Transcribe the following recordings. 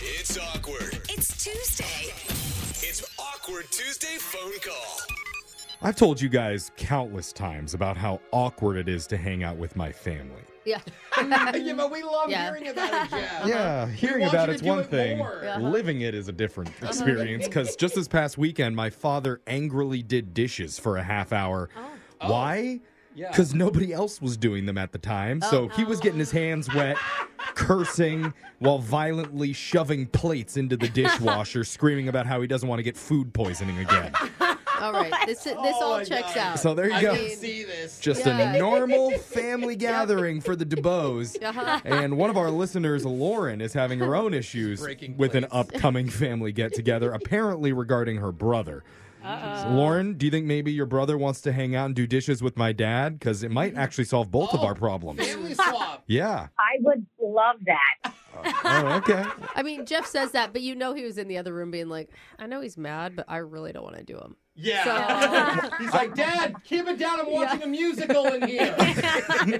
It's awkward. It's Tuesday. It's awkward Tuesday phone call. I've told you guys countless times about how awkward it is to hang out with my family. Yeah. yeah, but we love Yeah. hearing about it, Jeff. Yeah, hearing Uh-huh. want about you to it's do one it thing, more. Uh-huh. Yeah. living it is a different experience because just this past weekend, my father angrily did dishes for a half hour. Why? Oh. Yeah. Because nobody else was doing them at the time. So he was getting his hands wet, cursing, while violently shoving plates into the dishwasher, screaming about how he doesn't want to get food poisoning again. All right. This this all Oh, my checks God. out. So there you I go. can see this. just a Yeah. normal family gathering for the DeBows. Uh-huh. And one of our listeners, Lauren, is having her own issues breaking with an plates. upcoming family get together, apparently regarding her brother. So, Lauren, do you think maybe your brother wants to hang out and do dishes with my dad? Because it might actually solve both of Oh. our problems. Family swap. Yeah. I would love that. Oh, okay. I mean, Jeff says that, but you know he was in the other room being like, I know he's mad, but I really don't want to do him. Yeah. He's like, Dad, keep it down. I'm watching a musical in here.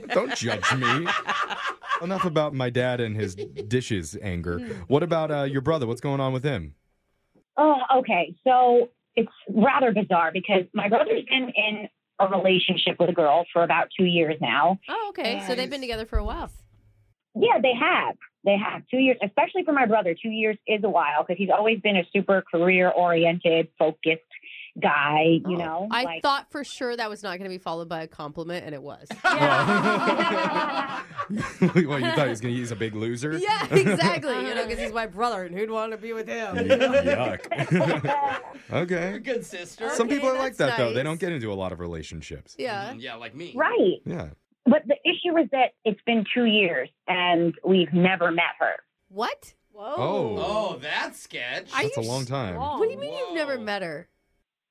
Don't judge me. Enough about my dad and his dishes anger. What about uh, your brother? What's going on with him? Oh, okay. So it's rather bizarre because my brother's been in a relationship with a girl for about two years now. Oh, okay. So they've been Nice. together for a while. Yeah, they have. They have two years, especially for my brother. Two years is a while because he's always been a super career oriented, focused guy, you Oh. know? I like- thought for sure that was not going to be followed by a compliment, and it was. Well, well, you thought he was going to use a big loser? yeah, exactly. You know, because he's my brother, and who'd want to be with him? Yuck. You're a okay. good sister. Some Okay, people are like that that's though. They nice. don't get into a lot of relationships. Yeah. Mhm, Yeah, like me. right. Yeah. But the issue is that it's been two years and we've never met her. What? Oh, Oh, that sketch. I- that's a long time. Oh. What do you mean you've never Whoa. met her?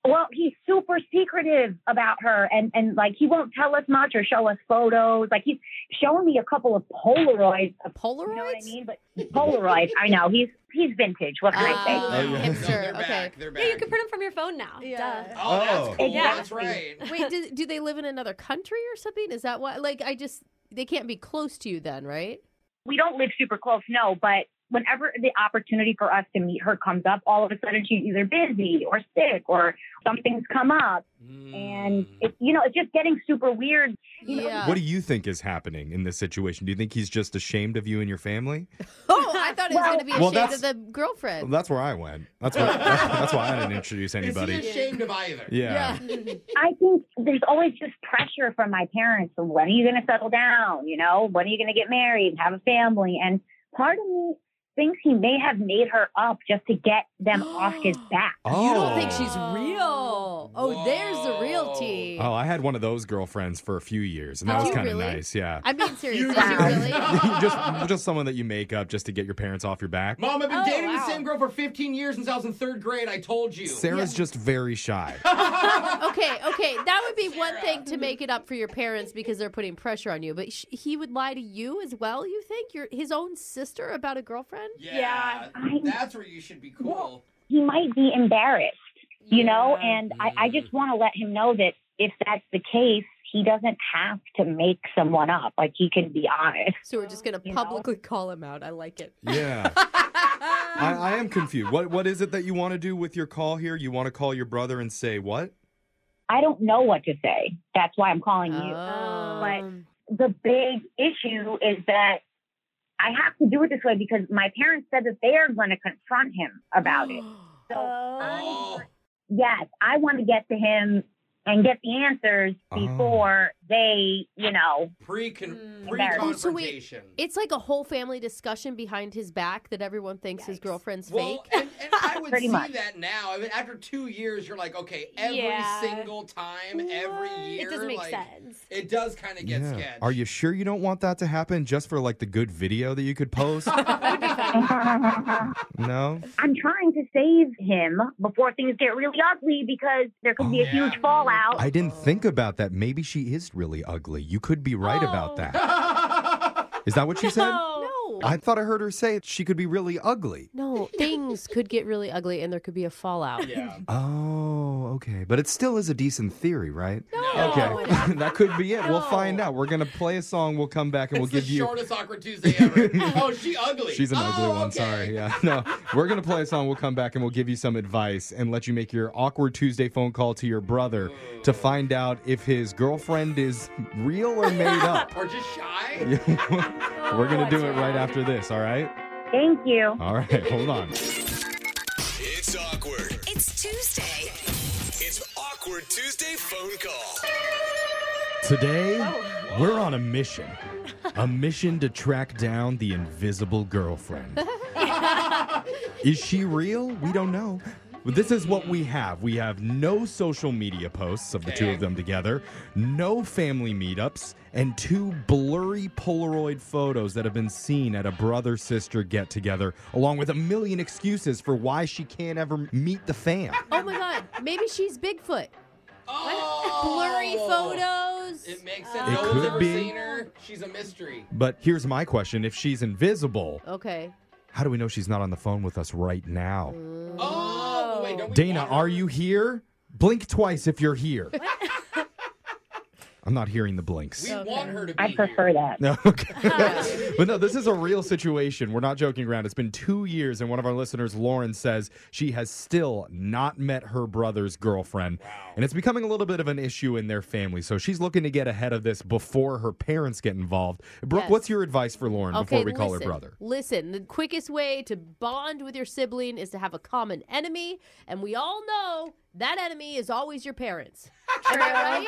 Well, he's super secretive about her, and and like he won't tell us much or show us photos. Like he's shown me a couple of Polaroids. Of, Polaroids? you know what I mean? But Polaroids, I know he's he's vintage. What can I Ah, Oh, yeah. No, they're Hipster. okay. back. They're back. Yeah, you can print them from your phone now. Yeah. Duh. Oh, Oh. that's cool. Yeah. That's right. Wait, do, do they live in another country or something? Is that why? Like, I just, they can't be close to you then, right? say? We don't live super close, no. But whenever the opportunity for us to meet her comes up, all of a sudden she's either busy or sick or something's come up, and Mm. it's you know it's just getting super weird. You know, Yeah. What do you think is happening in this situation? Do you think he's just ashamed of you and your family? oh, I thought it was going to be Well, ashamed of the Well, girlfriend. that's where I went. That's why. that's why I didn't introduce Is he anybody. ashamed of either? Yeah. I think there's always just pressure from my parents. of When are you going to settle down? You know, when are you going to get married and have a family? And part of me thinks he may have made her up just to get them off his back. Oh. You don't think she's real? Oh, there's the real Whoa. tea. Oh, I had one of those girlfriends for a few years, and that Did was you kind of really? nice. Yeah. I mean, seriously, You she guys. really? just, just someone that you make up just to get your parents off your back. Mom, I've been Oh, dating the wow. same girl for 15 years since I was in third grade. I told you. Sarah's just very shy. Okay, okay, that would be one thing to make it up for your parents because they're putting pressure on you. But sh- he would lie to you as well. You think your his own sister about a girlfriend? Yeah. Yeah. That's where you should be cool. He might be embarrassed, you know, and I, I just want to let him know that if that's the case, he doesn't have to make someone up. Like he can be honest. So we're just gonna You know. publicly call him out. I like it. Yeah. I, I am confused. What what is it that you want to do with your call here? You want to call your brother and say what? I don't know what to say. That's why I'm calling you. uh, Um, the big issue is that I have to do it this way because my parents said that they are going to confront him about it. So, Oh. yes, I want to get to him and get the answers Oh. before they, you know, Pre con Mm. pre Oh, so wait, confrontation. It's like a whole family discussion behind his back that everyone thinks his Yikes. girlfriend's well, fake. and, and I would Pretty see much. that now. I mean, after two years, you're like, okay, every Yeah. single time, What? every year, It doesn't make like, sense. It does kind of get Yeah. sketched. Are you sure you don't want that to happen just for like the good video that you could post? I'm no. trying to save him before things get really ugly because there could be a Oh, yeah. huge fallout. I didn't think about that. Maybe she is really ugly. You could be right about Oh. that. Is that what you said? No. no, I thought I heard her say she could be really ugly. no, things could get really ugly, and there could be a fallout. yeah. Oh, Oh, okay. But it still is a decent theory, right? No. Okay. that could be it. We'll No. find out. We're going to play a song. We'll come back and it's we'll give the you. shortest awkward Tuesday ever. oh, she ugly. She's an ugly Oh, one. okay. Sorry. Yeah. No, we're going to play a song. We'll come back and we'll give you some advice and let you make your awkward Tuesday phone call to your brother to find out if his girlfriend is real or made up. Or just shy. we're going to do it right after this. All right. Thank you. All right. Hold on. It's awkward. It's Tuesday. It's awkward Tuesday phone call. Today, we're on a mission. A mission to track down the invisible girlfriend. is she real? We don't know. But This is what we have. We have no social media posts of the two of them together, no family meetups, and two blurry Polaroid photos that have been seen at a brother sister get together, along with a million excuses for why she can't ever meet the fam. Oh my God. Maybe she's Bigfoot. Oh, Blurry photos. Oh. It makes sense. It no one's could ever be. seen her. She's a mystery. But here's my question if she's invisible, Okay. How do we know she's not on the phone with us right now? Oh, but wait, don't we Dana, want her? are you here? Blink twice if you're here. I'm not hearing the blinks. We want her to be I prefer here. that. No, okay. but no, this is a real situation. We're not joking around. It's been two years, and one of our listeners, Lauren, says she has still not met her brother's girlfriend. And it's becoming a little bit of an issue in their family. So she's looking to get ahead of this before her parents get involved. Brooke, Yes. what's your advice for Lauren before Okay, we call her listen. brother? Listen, the quickest way to bond with your sibling is to have a common enemy, and we all know that enemy is always your parents. Am I right?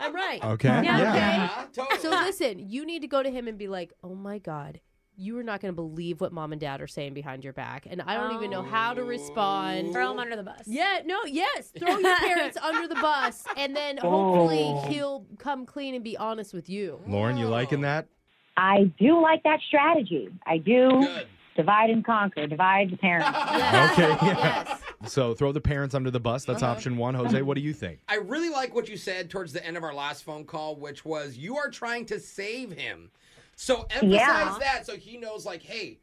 I'm right. Okay. Yeah, Yeah. okay. Yeah, totally. So listen, you need to go to him and be like, "Oh my god, you are not going to believe what mom and dad are saying behind your back, and I don't even know how to respond." Throw him under the bus. Yeah, no, yes. Throw your parents under the bus, and then hopefully Oh. he'll come clean and be honest with you. Lauren, you liking that? I do like that strategy. I do Good. divide and conquer, divide the parents. Yes. Okay. Yeah. Yes. So throw the parents under the bus. Uh-huh. That's option one. Jose, what do you think? I really like what you said towards the end of our last phone call, which was you are trying to save him. So emphasize Yeah. that so he knows, like, hey,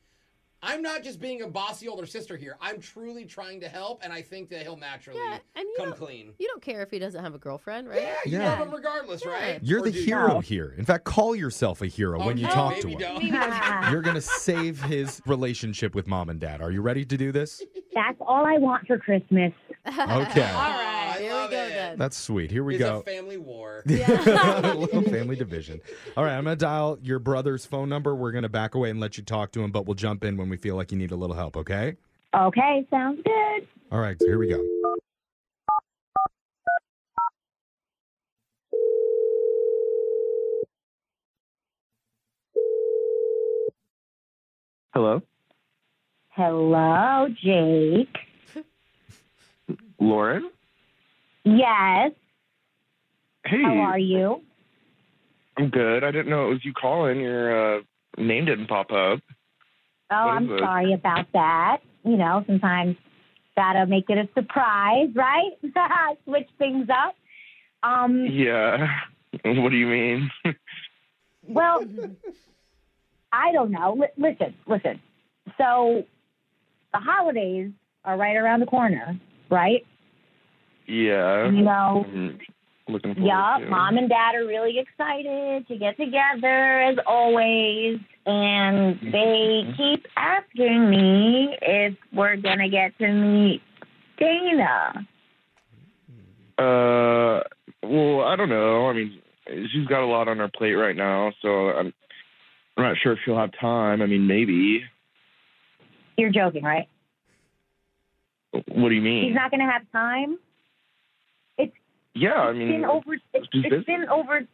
I'm not just being a bossy older sister here. I'm truly trying to help, and I think that he'll naturally Yeah, and you come don't- clean. You don't care if he doesn't have a girlfriend, right? Yeah, you Yeah. love him regardless, right? You're Or the do you? hero here. In fact, call yourself a hero when you Okay, talk to maybe him. don't. You're going to save his relationship with mom and dad. Are you ready to do this? That's all I want for Christmas. Okay. All right, There we go then. That's sweet. Here we It's a go. family war. Little family division. All right, I'm going to dial your brother's phone number. We're going to back away and let you talk to him, but we'll jump in when we feel like you need a little help, okay? Okay, sounds good. All right, so here we go. Hello, Hello, Jake. Lauren. Yes, Hey, how are you? I'm good. I didn't know it was you calling. Your uh, name didn't pop up. Oh, What I'm is it? sorry about that. You know, sometimes gotta make it a surprise, right? Switch things up. Um, Yeah. What do you mean? Well, I don't know. L- listen, listen. So the holidays are right around the corner, right? yeah. You know, I'm looking forward yeah, to. mom and dad are really excited to get together as always. And they Mm-hmm. keep asking me if we're going to get to meet Dana. Uh, well, I don't know. I mean, she's got a lot on her plate right now, so I'm, I'm not sure if she'll have time. I mean, maybe. You're joking, right? What do you mean? He's not going to have time. yeah, I It's mean, been over, it's, she's it's busy. been over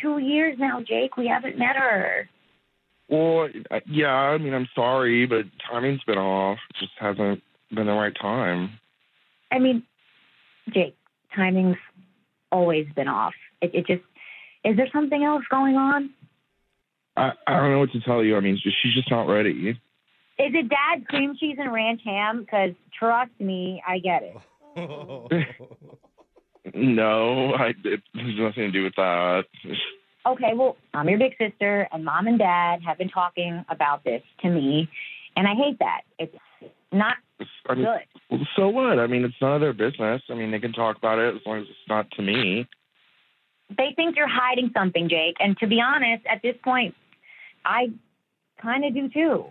two years now, Jake. We haven't met her. Well, I- yeah, I mean, I'm sorry, but timing's been off. It just hasn't been the right time. I mean, Jake, timing's always been off. It, it just is there something else going on? I, I don't know what to tell you. I mean, she- she's just not ready. Is it dad cream cheese and ranch ham? Because trust me, I get it. Oh, No, I, it has nothing to do with that. Okay, well, I'm your big sister, and mom and dad have been talking about this to me, and I hate that. It's Not I mean, good. so what? I mean, it's none of their business. I mean, they can talk about it as long as it's not to me. They think you're hiding something, Jake. And to be honest, at this point, I kind of do too.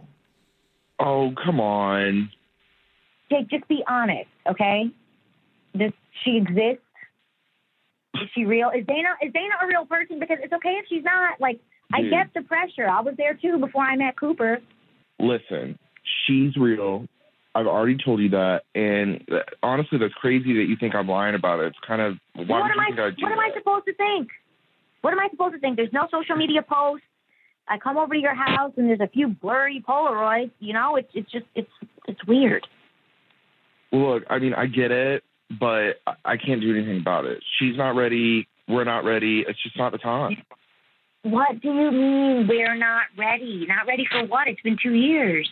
Oh, come on. Jake, just be honest, okay? Does she exist? Is she real? Is Dana is Dana a real person? Because it's okay if she's not. Like I Dude. get the pressure. I was there too before I met Cooper. Listen, she's real. I've already told you that, and uh, honestly, that's crazy that you think I'm lying about it. It's kind of why what would am you I think I do what am I that? supposed to think? What am I supposed to think? There's no social media posts. I come over to your house and there's a few blurry Polaroids. You know, it's it's just it's it's weird. Well, Look, I mean, I get it, but I- I can't do anything about it. She's not ready. We're not ready. It's just not the time. What do you mean we're not ready? Not ready for what? It's been two years.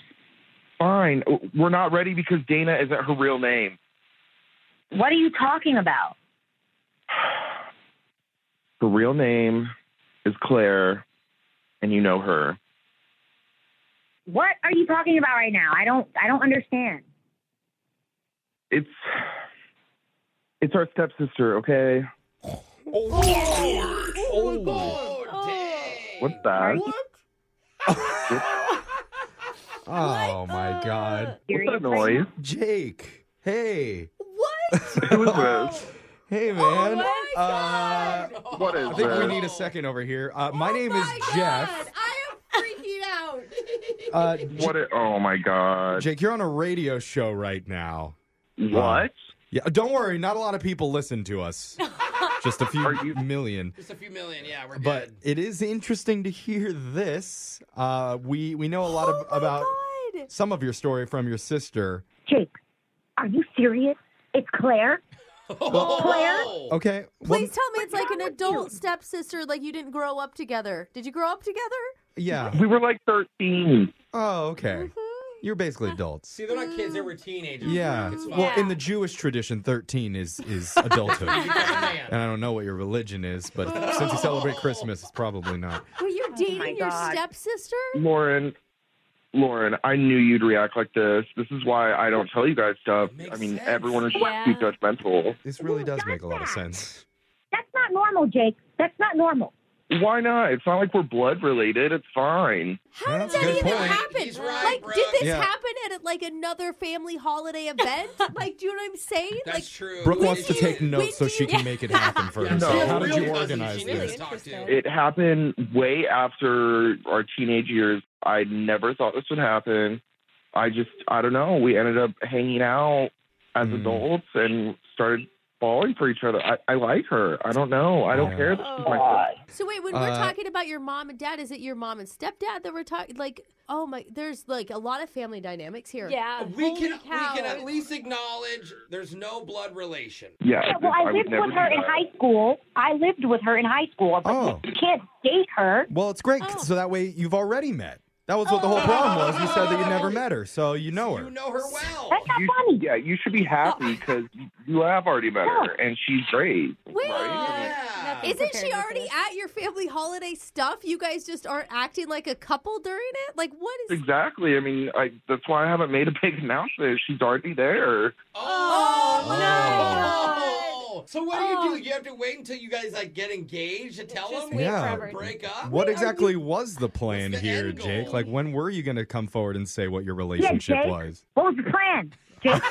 Fine. We're not ready because Dana isn't her real name. What are you talking about? Her real name is Claire, and you know her. What are you talking about right now? I don't I don't understand. It's it's our stepsister, okay? Awkward. Oh, my God. dang. Uh, What's that? Oh my god. What's that Seriously? noise? Jake. Hey. What? Oh Who is this? Hey man. my Uh, What is I think we this? need a second over here. Uh, my name Oh is my Jeff. God, I am freaking out. Uh, J- What? It, oh my God! Jake, you're on a radio show right now. What? Yeah, don't worry. Not a lot of people listen to us. Just a few Are you- million. Just a few million. Yeah, we're But good. it is interesting to hear this. Uh, we we know a lot of, about Oh God. some of your story from your sister. Jake, are you serious? It's Claire. Oh. Claire? Okay. well, Please tell me it's like an adult stepsister, like you didn't grow up together. Did you grow up together? yeah. We were like thirteen. Oh, okay. Mm-hmm. You're basically adults. See, they're not kids. They were teenagers. Yeah. It's fine. Well, in the Jewish tradition, 13 is is adulthood. You become a man. Oh. And I don't know what your religion is, but since you celebrate Christmas, it's probably not. Were you dating your God. stepsister? Lauren, Lauren, I knew you'd react like this. This is why I don't tell you guys stuff. Makes I mean, sense. everyone is Yeah. too judgmental. This really does does make a lot of that? sense. That's not normal, Jake. That's not normal. Why not? It's not like we're blood related. It's fine. How That's did a that good even point. happen? He's right, like, Brooke. did this Yeah. happen at like another family holiday event? like, do you know what I'm saying? That's like, true. Brooke We wants to do- take notes so do she you- can make it happen for Yeah, herself. she How did really you doesn't. organize She needs this? to talk to. It happened way after our teenage years. I never thought this would happen. I just, I don't know. We ended up hanging out as Mm. adults and started falling for each other. I, I like her. I don't know. I don't Yeah. care. This Oh, is my sister. So wait, when we're Uh, talking about your mom and dad, is it your mom and stepdad that we're talking? Like, oh my, there's like a lot of family dynamics here. Yeah. We Holy can, we cow. can at least acknowledge there's no blood relation. Yeah. Yeah, well, I, would lived never with do her in that. high school. I lived with her in high school, but Oh. you can't date her. Well, it's great. 'cause- So that way you've already met. That was what the whole problem was. You said that you never met her, so you know You her. know her well. That's not You- funny. Yeah, you should be happy because you have already met her, and she's great. Wait, right? Yeah. Isn't she prepared with already this. at your family holiday stuff? You guys just aren't acting like a couple during it? Like, what is. Exactly. I mean, I, that's why I haven't made a big announcement. She's already there. Oh, my no. So what do you Oh. do? You have to wait until you guys like get engaged to tell Just them wait Yeah. forever. break up. What exactly was the plan What's the here, end goal? Jake? Like, when were you going to come forward and say what your relationship Jake. was? What was the plan? Jake,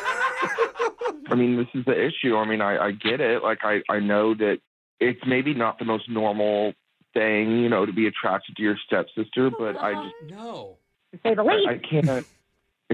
I mean, this is the issue. I mean, I, I get it. Like, I, I know that it's maybe not the most normal thing, you know, to be attracted to your stepsister, but I just No. to say the least. I, I can't.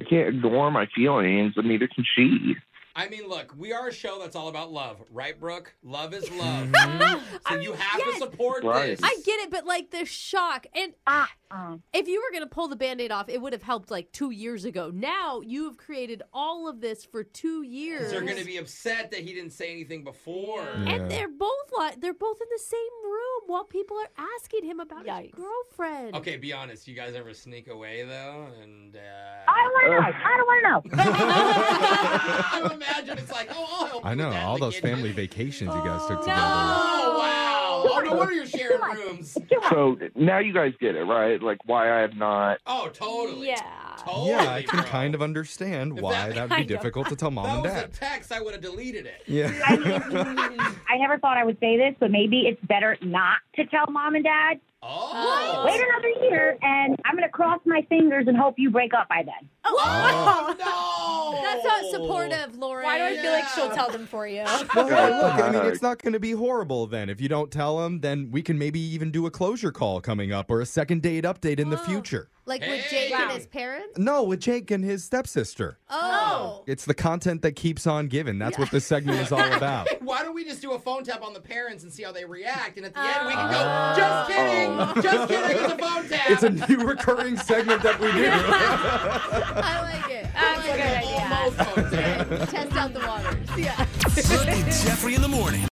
I can't ignore my feelings, and neither can she. I mean, look, we are a show that's all about love, right, Brooke? Love is love. Mm-hmm. so you have yes. to support Right. this. I get it, but like the shock. And Ah, uh, if you were going to pull the band aid off, it would have helped like two years ago. Now you have created all of this for two years. They're going to be upset that he didn't say anything before. And Yeah. they're both li- they're both in the same room while people are asking him about his Yikes. girlfriend. Okay, be honest. You guys ever sneak away though? And uh... I don't want to know. I don't want to know. I imagine it's like, oh, I'll help. I you know with that in all the those kitchen. family vacations you guys took together. Oh wow! Oh no wonder you're sharing rooms. So now you guys get it, right? Like why I have not Oh totally. Yeah. Totally, yeah, I can bro. kind of understand If why that- that would be Kind of. difficult to tell mom That and was dad. a text. I would have deleted it. yeah. I mean, I never thought I would say this, but maybe it's better not to tell mom and dad. Oh, Wait another year, and I'm going to cross my fingers and hope you break up by then. Oh, no! That's not supportive, Lauren. Why do I feel like she'll Oh. Yeah. tell them for you? Well, hey, look, I mean, God. it's not going to be horrible then. If you don't tell them, then we can maybe even do a closure call coming up or a second date update in the Oh. future. Like with Hey. Jake and Wow. his parents? No, with Jake and his stepsister. Oh. It's the content that keeps on giving. That's what this segment is all about. Why don't we just do a phone tap on the parents and see how they react? And at the end, we can go, just kidding, just kidding, it's a phone tap. It's a new recurring segment that we do. I like it. That's a Like good an idea. almost phone tap. Test out the waters. Yeah. Brooke and Jeffrey in the morning.